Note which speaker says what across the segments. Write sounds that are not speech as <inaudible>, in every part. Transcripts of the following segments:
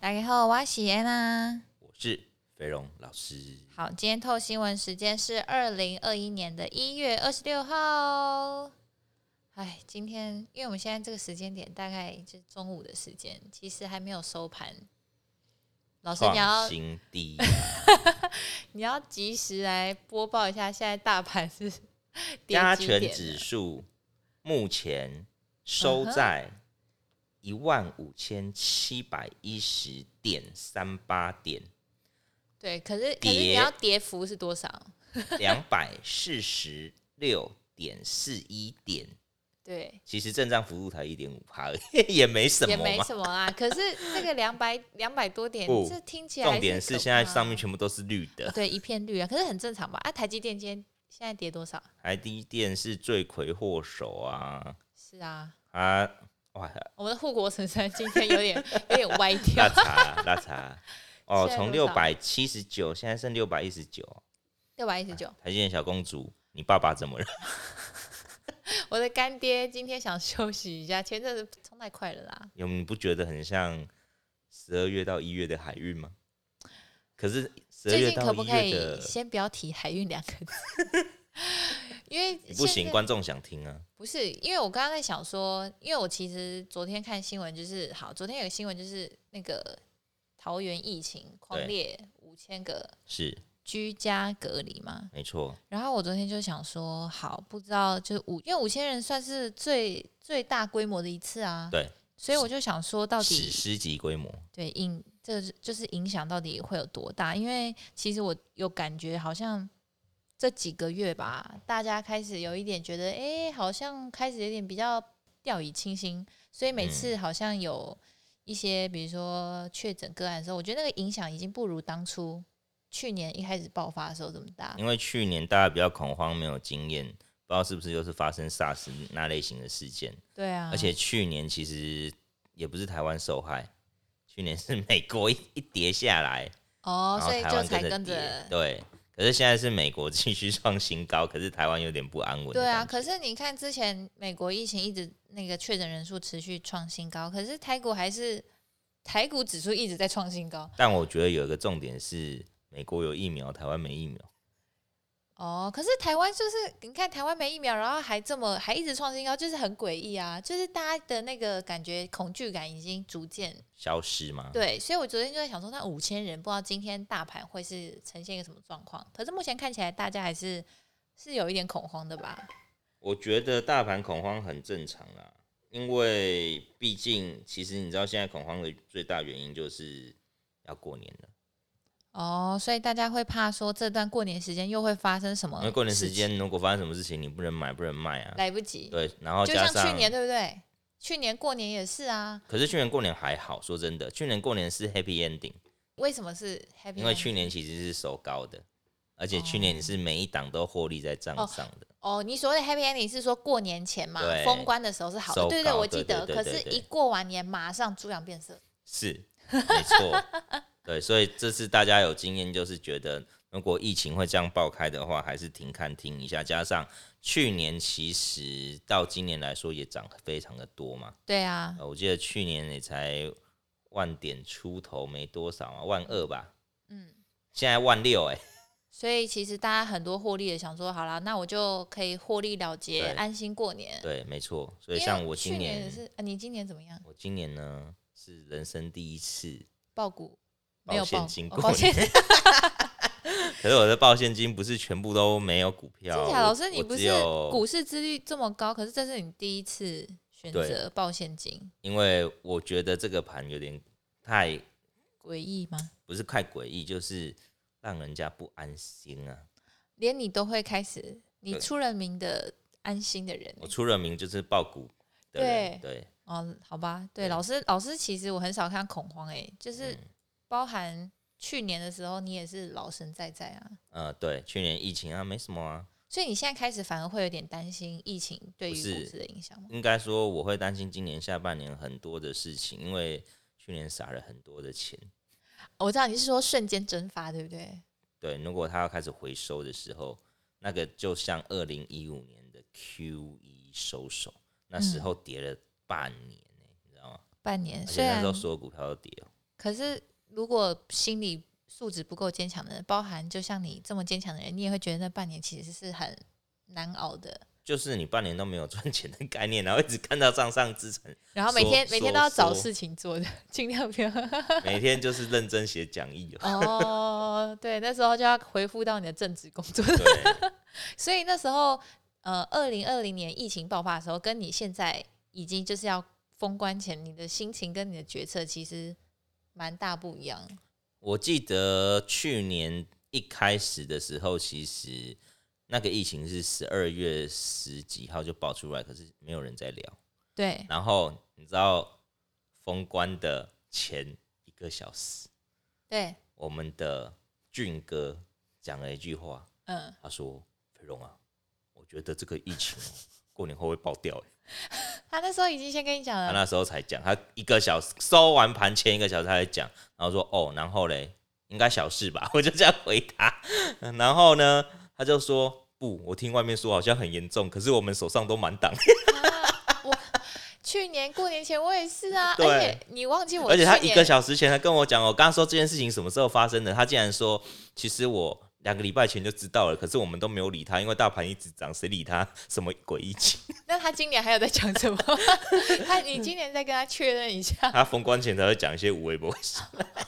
Speaker 1: 大家好，我是安娜。
Speaker 2: 我是肥荣老师。
Speaker 1: 好，今天透新闻时间是二零二一年的一月二十六号。哎，今天因为我们现在这个时间点大概就是中午的时间，其实还没有收盘。老师，你要
Speaker 2: 创新
Speaker 1: <laughs>
Speaker 2: 低，
Speaker 1: 你要及时来播报一下现在大盘是跌
Speaker 2: 加
Speaker 1: 几
Speaker 2: 权
Speaker 1: 点
Speaker 2: 指
Speaker 1: 了
Speaker 2: 数目前收
Speaker 1: 嗯
Speaker 2: 在一万五千七百一十点三八点，
Speaker 1: 对，可是可是你
Speaker 2: 跌
Speaker 1: 要跌幅是多少？
Speaker 2: 两百四十六点四一点。
Speaker 1: 对，
Speaker 2: 其实正账幅度才一点五趴， <laughs> 也没什
Speaker 1: 也
Speaker 2: 么
Speaker 1: 没
Speaker 2: 嘛。
Speaker 1: 什么啊。可是这个两百两百多点，
Speaker 2: 不
Speaker 1: 这听起来
Speaker 2: 重点是
Speaker 1: 可
Speaker 2: 现在
Speaker 1: 怕
Speaker 2: 上面全部都是绿的，
Speaker 1: 对，一片绿啊，可是很正常吧？啊，台积电今天现在跌多少？
Speaker 2: 台积电是罪魁祸首啊
Speaker 1: 是啊，
Speaker 2: 啊！哇，
Speaker 1: 我们的护国神山今天有点有点歪掉
Speaker 2: <laughs> 拉。
Speaker 1: <laughs>
Speaker 2: 茶，拉茶。哦，
Speaker 1: 现在
Speaker 2: 从
Speaker 1: 多
Speaker 2: 六
Speaker 1: 少
Speaker 2: 百七十九，现在剩六百一十九。
Speaker 1: 六百一十九，
Speaker 2: 台积电小公主，你爸爸怎么了？
Speaker 1: <laughs>
Speaker 2: <laughs>
Speaker 1: 我的干爹今天想休息一下，前阵子冲太快了啦。
Speaker 2: 有你不觉得很像十二月到一月的海运吗？可是十二
Speaker 1: 最
Speaker 2: 月
Speaker 1: 近可
Speaker 2: 到
Speaker 1: 不
Speaker 2: 一
Speaker 1: 可
Speaker 2: 月
Speaker 1: 以
Speaker 2: 的
Speaker 1: 先不要提海运两个字？ <laughs> 因为
Speaker 2: 你不
Speaker 1: 现
Speaker 2: 行，
Speaker 1: 在
Speaker 2: 观众想听啊。
Speaker 1: 不是，因为我刚刚在想说，因为我其实昨天看新闻，就是好，昨天有个新闻就是那个桃园疫情狂
Speaker 2: 对
Speaker 1: 烈五千个
Speaker 2: 是，
Speaker 1: 居家隔离嘛，
Speaker 2: 没错，
Speaker 1: 然后我昨天就想说，好，不知道就是五，因为五千人算是最最大规模的一次啊，
Speaker 2: 对，
Speaker 1: 所以我就想说，到
Speaker 2: 史
Speaker 1: 底
Speaker 2: 诗级规模。
Speaker 1: 对影这是就是影响到底会有多大？因为其实我有感觉，好像这几个月吧，大家开始有一点觉得，哎，好像开始有点比较掉以轻心，所以
Speaker 2: 嗯
Speaker 1: 每次好像有一些比如说确诊个案的时候，我觉得那个影响已经不如当初去年一开始爆发的时候这么大。
Speaker 2: 因为去年大家比较恐慌，没有经验，不知道是不是又是发生 SARS 那类型的事件。
Speaker 1: 对啊，
Speaker 2: 而且去年其实也不是台湾受害，去年是美国一一跌下来，
Speaker 1: 哦
Speaker 2: 然，后
Speaker 1: 所以
Speaker 2: 台
Speaker 1: 就
Speaker 2: 湾
Speaker 1: 才
Speaker 2: 着
Speaker 1: 跟
Speaker 2: 跌
Speaker 1: 着。。
Speaker 2: 对，可是现在是美国继续 <laughs> 创新高，可是台湾有点不安稳。
Speaker 1: 对啊，，可是你看之前美国疫情一直那个确诊人数持续创新高，可是台股还是台股指数一直在创新高。
Speaker 2: 但我觉得有一个重点是，美国有疫苗，台湾没疫苗。
Speaker 1: 哦，可是台湾就是你看台湾没疫苗，然后还这么还一直创新高，就是很诡异啊！就是大家的那个感觉恐惧感已经逐渐
Speaker 2: 消失吗？，
Speaker 1: 对，所以我昨天就在想说，那五千人不知道今天大盘会是呈现一个什么状况？可是目前看起来大家还是是有一点恐慌的吧？
Speaker 2: 我觉得大盘恐慌很正常啦，因为毕竟其实你知道现在恐慌的最大原因就是要过年了，
Speaker 1: 哦，所以大家会怕说这段过年时间又会发生什么？
Speaker 2: 因为呃过年时间如果发生什么事情，你不能买，不能卖啊。
Speaker 1: 呃来不及，
Speaker 2: 对，然后
Speaker 1: 就
Speaker 2: 加
Speaker 1: 像
Speaker 2: 上
Speaker 1: 去年对不对？去年过年也是啊，
Speaker 2: 可是去年过年还好，说真的，去年过年是 happy ending，
Speaker 1: 为什么是 Happy？
Speaker 2: 因为
Speaker 1: End？
Speaker 2: 去年其实是收高的，而且
Speaker 1: 哦
Speaker 2: 去年你是每一档都获利在账上的，
Speaker 1: 哦，你所谓的 Happy Ending 是说过年前嘛，
Speaker 2: 对
Speaker 1: 封关的时候是好的，
Speaker 2: 收
Speaker 1: 对对，
Speaker 2: 高
Speaker 1: 我记得。
Speaker 2: 对对
Speaker 1: 可
Speaker 2: 对
Speaker 1: 是，
Speaker 2: 对
Speaker 1: 一过完年马上猪羊变色。
Speaker 2: 是没错，对，所以这次大家有经验，就是觉得如果疫情会这样爆开的话，还是停看听一下，加上去年其实到今年来说也涨非常的多嘛，
Speaker 1: 对啊，
Speaker 2: 呃我记得去年也才万点出头没多少啊，万二吧，
Speaker 1: 嗯，
Speaker 2: 现在万六哎、
Speaker 1: 所以其实大家很多获利的想说，好啦，那我就可以获利了结
Speaker 2: 对，
Speaker 1: 安心过年。
Speaker 2: 对，没错，所
Speaker 1: 因
Speaker 2: 以
Speaker 1: 为
Speaker 2: 像我
Speaker 1: 去
Speaker 2: 今
Speaker 1: 年也是、呃你今年怎么样？
Speaker 2: 我今年呢是人生第一次
Speaker 1: 爆股没
Speaker 2: 报
Speaker 1: 有爆
Speaker 2: 现金
Speaker 1: 哦
Speaker 2: 过
Speaker 1: 抱
Speaker 2: 年，
Speaker 1: 歉，
Speaker 2: 可是我的报现金不是全部都没有股票，
Speaker 1: 真假？
Speaker 2: 我
Speaker 1: 老师，你
Speaker 2: 我
Speaker 1: 不
Speaker 2: 只
Speaker 1: 是
Speaker 2: 有
Speaker 1: 股市之率这么高，可是这是你第一次选
Speaker 2: 对
Speaker 1: 择报现金，
Speaker 2: 因为我觉得这个盘有点太
Speaker 1: 诡异吗？
Speaker 2: 不是太诡异，就是让人家不安心啊。
Speaker 1: 连你都会开始，你
Speaker 2: 对
Speaker 1: 出了名的安心的人
Speaker 2: 我出了名就是爆股的人，对，
Speaker 1: 哦，好吧，对，
Speaker 2: 对
Speaker 1: 老师，老师其实我很少看恐慌、欸，就是
Speaker 2: 嗯
Speaker 1: 包含去年的时候，你也是老神在在啊，
Speaker 2: 呃，对，去年疫情啊没什么啊，
Speaker 1: 所以你现在开始反而会有点担心疫情对于
Speaker 2: 不是
Speaker 1: 股市的影响吗？
Speaker 2: 应该说我会担心今年下半年很多的事情，因为去年撒了很多的钱。
Speaker 1: 我知道你是说瞬间蒸发，对不对？
Speaker 2: 对，如果它要开始回收的时候，那个就像二零一五年的 Q 一收手，
Speaker 1: 嗯
Speaker 2: 那时候跌了半年、欸你知道吗？
Speaker 1: 半年
Speaker 2: 而
Speaker 1: 虽
Speaker 2: 且那
Speaker 1: 然
Speaker 2: 时候所有股票都跌哦、
Speaker 1: 可是如果心理素质不够坚强的人，包含就像你这么坚强的人，你也会觉得那半年其实是很难熬的。
Speaker 2: 就是你半年都没有赚钱的概念，然后一直看到账上资产，
Speaker 1: 然后每
Speaker 2: 说
Speaker 1: 天每天
Speaker 2: 说
Speaker 1: 都要找
Speaker 2: 说
Speaker 1: 事情做的，尽量
Speaker 2: <laughs>
Speaker 1: 不要。
Speaker 2: 每天就是认真写讲义哦。 <laughs>
Speaker 1: 哦，对，那时候就要回复到你的 <laughs> 正职工作。
Speaker 2: 对，
Speaker 1: 所以那时候，呃，二零二零年疫情爆发的时候，跟你现在已经就是要封关前，你的心情跟你的决策其实蛮大不一样。
Speaker 2: 我记得去年一开始的时候，其实那个疫情是十二月十几号就爆出来，可是没有人在聊。
Speaker 1: 对，
Speaker 2: 然后你知道封关的前一个小时，
Speaker 1: 对，
Speaker 2: 我们的俊哥讲了一句话，
Speaker 1: 嗯，
Speaker 2: 他说：“飞龙啊，我觉得这个疫情哦、过年后会爆掉、欸。”
Speaker 1: 他那时候已经先跟你讲
Speaker 2: 他
Speaker 1: 了，
Speaker 2: 那时候才讲，他一个小时收完盘前一个小时他才讲，然后说哦，然后嘞，应该小事吧，我 <laughs> 就这样回答。然后呢，他就说不，我听外面说好像很严重，可是我们手上都满档，
Speaker 1: 啊 <laughs> 我去年过年前我也是啊，而
Speaker 2: 对
Speaker 1: 且你忘记我，
Speaker 2: 而且他一个，小时前才跟我讲，我刚刚说这件事情什么时候发生的，他竟然说其实我。两个礼拜前就知道了，可是我们都没有理他，因为大盘一直涨，谁理他什么鬼疫情？
Speaker 1: 那他今年还有在讲什么？ <laughs> 他你今年再跟他确认一下。
Speaker 2: 他封关前才会讲一些无微不微。
Speaker 1: <laughs> 哦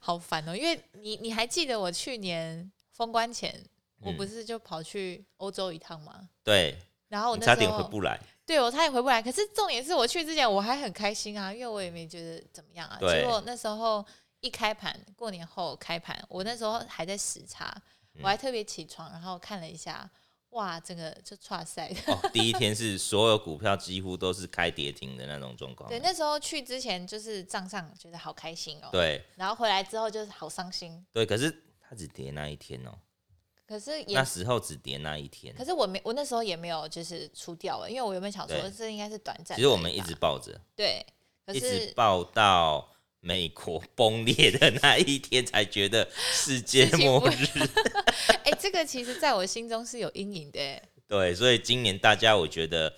Speaker 1: 好烦哦，因为你你还记得我去年封关前，
Speaker 2: 嗯
Speaker 1: 我不是就跑去欧洲一趟吗？
Speaker 2: 对，
Speaker 1: 然后我
Speaker 2: 你
Speaker 1: 那
Speaker 2: 差
Speaker 1: 时
Speaker 2: 点
Speaker 1: 候
Speaker 2: 回不来。
Speaker 1: 对我差点回不来。可是重点是我去之前我还很开心啊，因为我也没觉得怎么样啊。
Speaker 2: 对
Speaker 1: 结果那时候一开盘，过年后开盘，我那时候还在时差，
Speaker 2: 嗯
Speaker 1: 我还特别起床，然后看了一下，哇，这个就差赛。
Speaker 2: 哦，第一天是所有股票几乎都是开跌停的那种状况。
Speaker 1: 对，那时候去之前就是账上觉得好开心哦，
Speaker 2: 哦对
Speaker 1: 然后回来之后就是好伤心。
Speaker 2: 对可是它只跌那一天哦、
Speaker 1: 可是也
Speaker 2: 那时候只跌那一天
Speaker 1: 可。是我没，我那时候也没有就是出掉欸了，因为我原本想说
Speaker 2: 对
Speaker 1: 这应该是短暂的吧。
Speaker 2: 其实我们一直抱着，
Speaker 1: 对，可
Speaker 2: 一直
Speaker 1: 是
Speaker 2: 抱到美国崩裂的那一天，才觉得世界
Speaker 1: 世界
Speaker 2: 末
Speaker 1: 末
Speaker 2: 日。
Speaker 1: 哎、这个其实在我心中是有阴影的欸。
Speaker 2: 对，所以今年大家我觉得，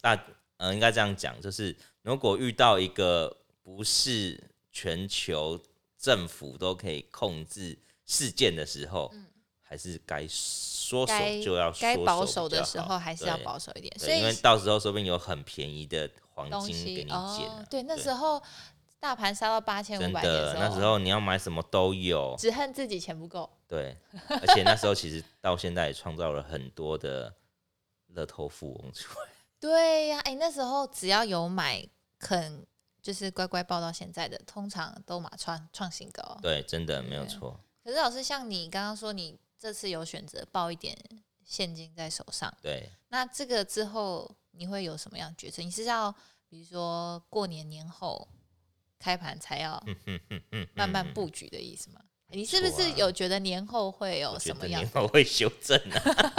Speaker 2: 大嗯、应该这样讲，就是如果遇到一个不是全球政府都可以控制事件的时候，还是该缩
Speaker 1: 嗯该
Speaker 2: 手就要
Speaker 1: 该
Speaker 2: 缩
Speaker 1: 保
Speaker 2: 手
Speaker 1: 守
Speaker 2: 比
Speaker 1: 的
Speaker 2: 较
Speaker 1: 时
Speaker 2: 好
Speaker 1: 候还是要
Speaker 2: 对
Speaker 1: 保守一点，所
Speaker 2: 对，因为
Speaker 1: 以
Speaker 2: 到时候说不定有很便宜的黄
Speaker 1: 东
Speaker 2: 金给
Speaker 1: 西
Speaker 2: 你捡、
Speaker 1: 哦
Speaker 2: 啊，
Speaker 1: 对，那时候大盘杀到八千
Speaker 2: 真
Speaker 1: 五百点
Speaker 2: 的，那时候你要买什么都有，
Speaker 1: 只恨自己钱不够。 <laughs>
Speaker 2: 对，而且那时候其实到现在也创造了很多的乐透富翁出来，
Speaker 1: 对呀、哎、那时候只要有买肯，就是乖乖报到现在的，通常都马创创新高。
Speaker 2: 对，真的没有
Speaker 1: 对
Speaker 2: 错，
Speaker 1: 可是老师，像你刚刚说，你这次有选择抱一点现金在手上，
Speaker 2: 对，
Speaker 1: 那这个之后你会有什么样的决策？你是要比如说过年年后开盘才要
Speaker 2: 嗯嗯嗯嗯，
Speaker 1: <laughs> 慢慢
Speaker 2: 嗯，
Speaker 1: 布局的意思吗？你是
Speaker 2: 错
Speaker 1: 不是
Speaker 2: 啊
Speaker 1: 有觉得年后会有
Speaker 2: 我觉
Speaker 1: 什
Speaker 2: 得
Speaker 1: 么样
Speaker 2: 年？后会修正啊，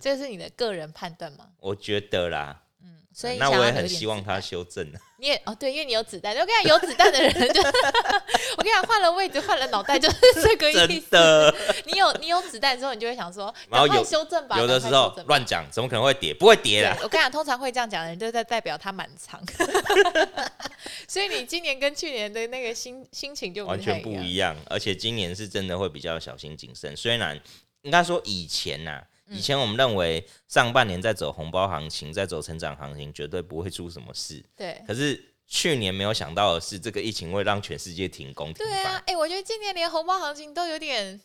Speaker 1: 这是你的个人判断吗？
Speaker 2: 我觉得啦，
Speaker 1: 嗯，所以想
Speaker 2: 那我
Speaker 1: 要
Speaker 2: 也
Speaker 1: 留
Speaker 2: 很
Speaker 1: 点
Speaker 2: 希望
Speaker 1: 子
Speaker 2: 它
Speaker 1: 弹
Speaker 2: 修正
Speaker 1: <laughs>
Speaker 2: 啊，
Speaker 1: 你也哦，对，因为你有子弹。我跟你讲，有子弹的人就， <laughs> 我跟你讲，换了位置，换了脑袋，就是这个意
Speaker 2: 真
Speaker 1: 思。 <laughs>
Speaker 2: 的，
Speaker 1: 你有你有子弹之后，你就会想说，
Speaker 2: 然后
Speaker 1: 赶快
Speaker 2: 有
Speaker 1: 修正吧。
Speaker 2: 有的时
Speaker 1: 赶快
Speaker 2: 候啊
Speaker 1: 修正吧
Speaker 2: 乱讲，怎么可能会跌？不会跌啦，
Speaker 1: 对我跟你讲，通常会这样讲的人，就在代表他满仓。 <laughs> 所以你今年跟去年的那个心心情就
Speaker 2: 完
Speaker 1: 太
Speaker 2: 全不
Speaker 1: 样。
Speaker 2: 一样。而且今年是真的会比较小心谨慎，虽然应该说以前呐、
Speaker 1: 嗯
Speaker 2: 以前我们认为上半年在走红包行情，在走成长行情，绝对不会出什么事。
Speaker 1: 对
Speaker 2: 可是去年没有想到的是，这个疫情会让全世界停工停
Speaker 1: 对啊，
Speaker 2: 摆。
Speaker 1: 哎、我觉得今年连红包行情都有点，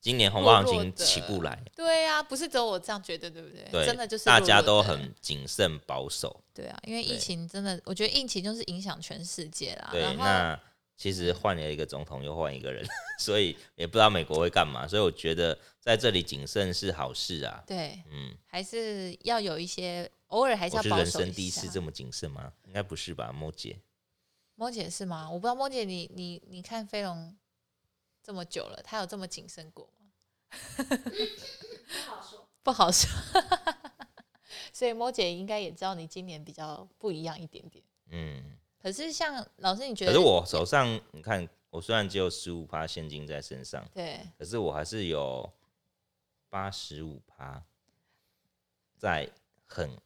Speaker 2: 今年红包行
Speaker 1: 弱弱
Speaker 2: 情
Speaker 1: 的
Speaker 2: 起不来，
Speaker 1: 对啊，不是只有我这样觉得，对不对？
Speaker 2: 对，
Speaker 1: 哎真的就是
Speaker 2: 大
Speaker 1: 弱
Speaker 2: 家
Speaker 1: 弱
Speaker 2: 都
Speaker 1: 的
Speaker 2: 很谨慎保守。
Speaker 1: 对啊，因为疫
Speaker 2: 对
Speaker 1: 情真的，我觉得疫情就是影响全世界啦。
Speaker 2: 对，
Speaker 1: 啊然后
Speaker 2: 那其实换了一个总统，又换一个人， <laughs> 所以也不知道美国会干嘛。所以我觉得在这里谨慎是好事啊。
Speaker 1: 对，
Speaker 2: 嗯，
Speaker 1: 还是要有一些，偶尔还是
Speaker 2: 我
Speaker 1: 要
Speaker 2: 是
Speaker 1: 保
Speaker 2: 人
Speaker 1: 守一
Speaker 2: 生第一次
Speaker 1: 下
Speaker 2: 这。么谨慎吗？应该不是吧，莫姐。
Speaker 1: 梦姐是吗？我不知道梦姐你，你你看飞龙这么久了，她有这么谨慎过吗？不好说， <laughs> 不好说。所以梦姐应该也知道你今年比较不一样一点点。
Speaker 2: 嗯，
Speaker 1: 可是像老师，你觉
Speaker 2: 可
Speaker 1: 得？
Speaker 2: 是我手上，你看，我虽然只有十五趴现金在身上，
Speaker 1: 对
Speaker 2: 可是我还是有八十五趴在很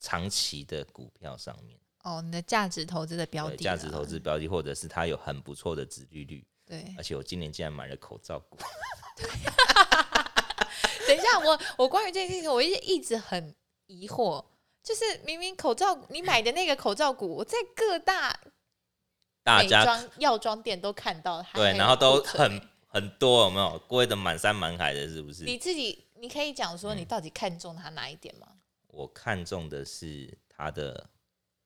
Speaker 2: 长期的股票上面。
Speaker 1: 哦，你的价值投资的标
Speaker 2: 对
Speaker 1: 的，
Speaker 2: 价值投，资标的，或者是它有很不错的殖利率。
Speaker 1: 对，
Speaker 2: 而且我今年竟然买了口罩股，
Speaker 1: <laughs> 等一下，我我关于这件事情，我一直一直很疑惑，就是明明口罩你买的那个口罩股，我在各大
Speaker 2: 大
Speaker 1: 美
Speaker 2: 家
Speaker 1: 妆药妆店都看到它，还
Speaker 2: 对，
Speaker 1: 有
Speaker 2: 然后都
Speaker 1: 库存
Speaker 2: 很很多，有没有？贵的满山满海的，是不是？
Speaker 1: 你自己，你可以讲说你
Speaker 2: 嗯
Speaker 1: 到底看中它哪一点吗？
Speaker 2: 我看中的是它的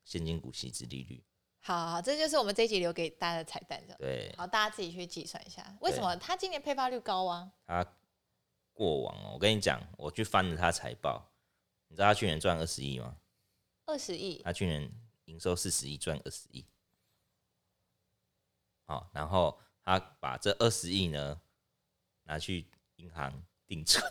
Speaker 2: 现金股息殖利率，
Speaker 1: 好好，好这就是我们这一集留给大家的彩蛋的。
Speaker 2: 对
Speaker 1: 好，大家自己去计算一下，为什么它今年配发率高啊？
Speaker 2: 它过往哦，我跟你讲，我去翻了它财报，你知道它去年赚二十亿吗？
Speaker 1: 二十亿，
Speaker 2: 它去年营收四十亿，赚二十亿。好、然后他把这二十亿呢拿去银行定存，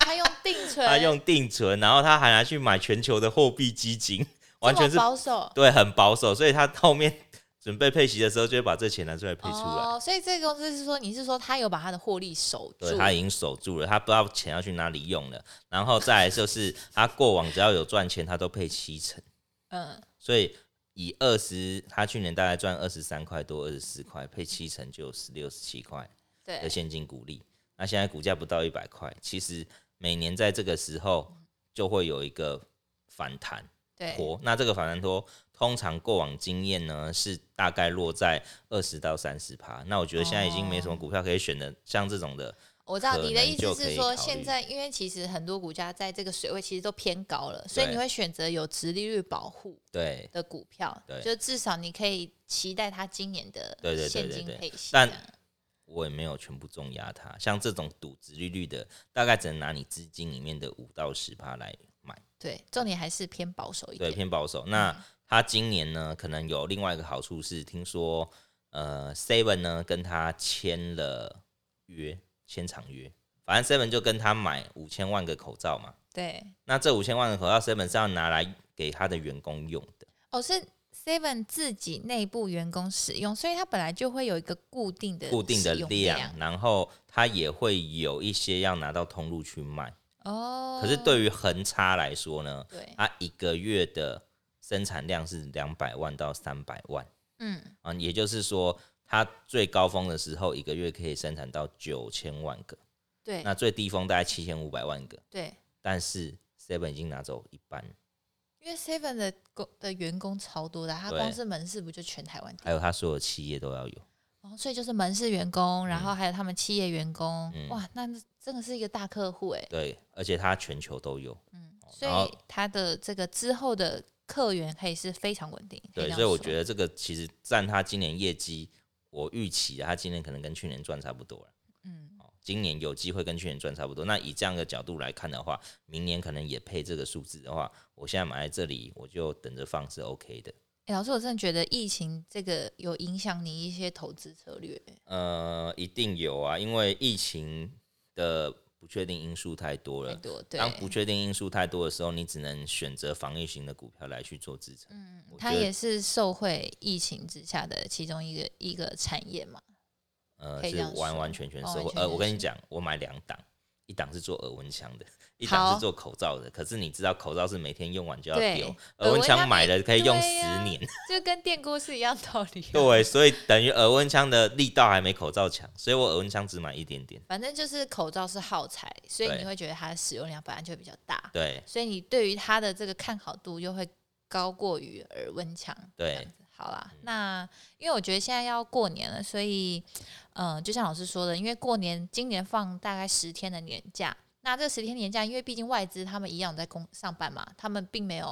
Speaker 1: 它用定存，
Speaker 2: 他用定存，然后他还拿去买全球的货币基金，完全
Speaker 1: 这
Speaker 2: 是
Speaker 1: 么保守。
Speaker 2: 对很保守，所以他后面 <laughs> 准备配息的时候就会把这钱拿出来配出来。
Speaker 1: 哦，所以这个公司是说，你是说它有把它的获利守
Speaker 2: 对
Speaker 1: 住？
Speaker 2: 他已经守住了，他不知道钱要去哪里用了。然后再来就是，他过往只要有赚钱，他都配七成。
Speaker 1: 嗯，
Speaker 2: 所以以二十，他去年大概赚二十三块多，二十四块，配七成就有十六、十七块的
Speaker 1: 对，
Speaker 2: 现金股利。那现在股价不到一百块，其实每年在这个时候就会有一个反弹
Speaker 1: 对，
Speaker 2: 坡。那这个反弹坡通常过往经验呢是大概落在二十到三十趴。那我觉得现在已经没什么股票可以选的，像这种的，
Speaker 1: 我知道
Speaker 2: 可
Speaker 1: 你的
Speaker 2: 能
Speaker 1: 意
Speaker 2: 就
Speaker 1: 思
Speaker 2: 可
Speaker 1: 是
Speaker 2: 以
Speaker 1: 说，
Speaker 2: 考
Speaker 1: 现
Speaker 2: 虑
Speaker 1: 在因为其实很多股价在这个水位其实都偏高了，所以
Speaker 2: 对
Speaker 1: 你会选择有直利率保护
Speaker 2: 对
Speaker 1: 的股票
Speaker 2: 对，
Speaker 1: 就至少你可以期待它今年的
Speaker 2: 对对对
Speaker 1: 现
Speaker 2: 对
Speaker 1: 金
Speaker 2: 对
Speaker 1: 配息这
Speaker 2: 但
Speaker 1: 样。
Speaker 2: 我也没有全部重压它。像这种赌值利率的，大概只能拿你资金里面的五到十趴来买。
Speaker 1: 对，重点还是偏保守一
Speaker 2: 对，
Speaker 1: 点。嗯
Speaker 2: 偏保守。那他今年呢，可能有另外一个好处是，听说呃，Seven 呢跟他签了约，签长约，反正 Seven 就跟他买五千万个口罩嘛。
Speaker 1: 对，
Speaker 2: 那这五千万个口罩，Seven 是要拿来给他的员工用的。
Speaker 1: 哦，是 Seven 自己内部员工使用，所以它本来就会有一个固定的
Speaker 2: 固定的
Speaker 1: 呃使用
Speaker 2: 量，然后它也会有一些要拿到通路去卖。
Speaker 1: 哦。
Speaker 2: 可是对于恒差来说呢，
Speaker 1: 对，
Speaker 2: 它一个月的生产量是两百万到三百万。
Speaker 1: 嗯，
Speaker 2: 啊，也就是说，它最高峰的时候一个月可以生产到九千万个，
Speaker 1: 对
Speaker 2: 那最低峰大概七千五百万个，
Speaker 1: 对，
Speaker 2: 但是 Seven 已经拿走一半，
Speaker 1: 因为 Seven 的工的员工超多的，他
Speaker 2: 对
Speaker 1: 光是门市不就全台湾地
Speaker 2: 还有它所有企业都要有。
Speaker 1: 哦，所以就是门市员工，然后还有他们企业员工，
Speaker 2: 嗯
Speaker 1: 哇，那真的是一个大客户哎。
Speaker 2: 对，而且它全球都有。
Speaker 1: 所
Speaker 2: 哦然后
Speaker 1: 以他的这个之后的客源可以是非常稳定。可
Speaker 2: 对，
Speaker 1: 这样
Speaker 2: 所以我
Speaker 1: 说
Speaker 2: 觉得这个其实占它今年业绩，我预期啊它今年可能跟去年赚差不多了。
Speaker 1: 嗯，
Speaker 2: 哦今年有机会跟去年赚差不多，那以这样的角度来看的话，明年可能也配这个数字的话，我现在买在这里，我就等着放是 OK 的。
Speaker 1: 诶哎老师，我真的觉得疫情这个有影响你一些投资策略。
Speaker 2: 呃，一定有啊，因为疫情的不确定因素太多
Speaker 1: 太
Speaker 2: 了。
Speaker 1: 多，对，
Speaker 2: 当不确定因素太多的时候，你只能选择防御型的股票来去做支撑。嗯，
Speaker 1: 它也是受惠疫情之下的其中一个一个产业嘛。
Speaker 2: 呃
Speaker 1: 可以这
Speaker 2: 是
Speaker 1: 样
Speaker 2: 完
Speaker 1: 说
Speaker 2: 完全全
Speaker 1: 完
Speaker 2: 收
Speaker 1: 完
Speaker 2: 获。
Speaker 1: 全
Speaker 2: 呃，
Speaker 1: 全
Speaker 2: 我跟你
Speaker 1: 是
Speaker 2: 讲，我买两档，一档是做耳温枪的，一档
Speaker 1: 好
Speaker 2: 是做口罩的。可是你知道口罩是每天用完就要
Speaker 1: 对
Speaker 2: 丢，
Speaker 1: 耳
Speaker 2: 耳温
Speaker 1: 温
Speaker 2: 枪
Speaker 1: 枪
Speaker 2: 买
Speaker 1: 每
Speaker 2: 了可以用十
Speaker 1: 对啊
Speaker 2: 年。
Speaker 1: 就跟电锅是一样道理、啊。
Speaker 2: <laughs> 对，所以等于耳温枪的力道还没口罩强，所以我耳温枪只买一点点。
Speaker 1: 反正就是口罩是耗材，所以
Speaker 2: 对
Speaker 1: 你会觉得它的使用量本来就会比较大，
Speaker 2: 对
Speaker 1: 所以你对于它的这个看好度又会高过于耳温枪。这样
Speaker 2: 对
Speaker 1: 子，好啦，那因为我觉得现在要过年了，所以嗯、呃就像老师说的，因为过年今年放大概十天的年假，那这十天年假，因为毕竟外资他们一样在工上班嘛，他们并没有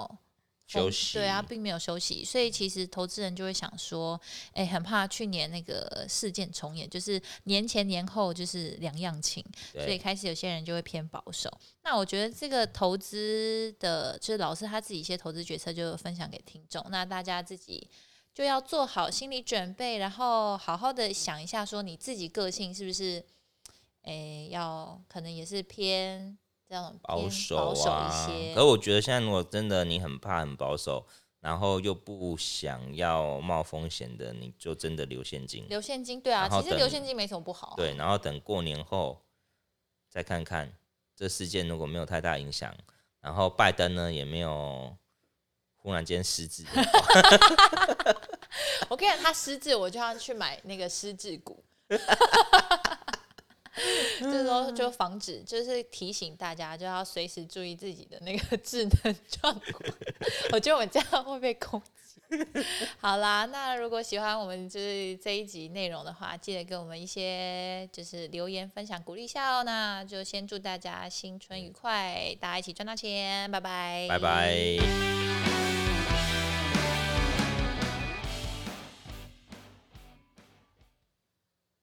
Speaker 2: 休
Speaker 1: 封
Speaker 2: 息
Speaker 1: 对啊，并没有休息，所以其实投资人就会想说，哎、很怕去年那个事件重演，就是年前年后就是两样情，所以
Speaker 2: 对
Speaker 1: 开始有些人就会偏保守。那我觉得这个投资的，就是老师他自己一些投资决策就分享给听众，那大家自己就要做好心理准备，然后好好的想一下，说你自己个性是不是，诶、要可能也是偏这样
Speaker 2: 保
Speaker 1: 守
Speaker 2: 守啊
Speaker 1: 一。些
Speaker 2: 可，我觉得现在如果真的你很怕很保守，然后又不想要冒风险的，你就真的留现金。
Speaker 1: 留现金对啊，
Speaker 2: 然后
Speaker 1: 其实
Speaker 2: 等
Speaker 1: 留现金没什么不好，啊
Speaker 2: 对，然后等过年后再看看这事件如果没有太大影响，然后拜登呢也没有忽然间失智了，
Speaker 1: 我跟你讲，他失智，我就要去买那个失智股，就是说就防止，就是提醒大家，就要随时注意自己的那个智能状况。 <laughs> 我觉得我这样会被攻击。好啦，那如果喜欢我们就是这一集内容的话，记得给我们一些就是留言分享鼓励一下哦。那就先祝大家新春愉快，大家一起赚到钱，拜拜，
Speaker 2: 拜拜。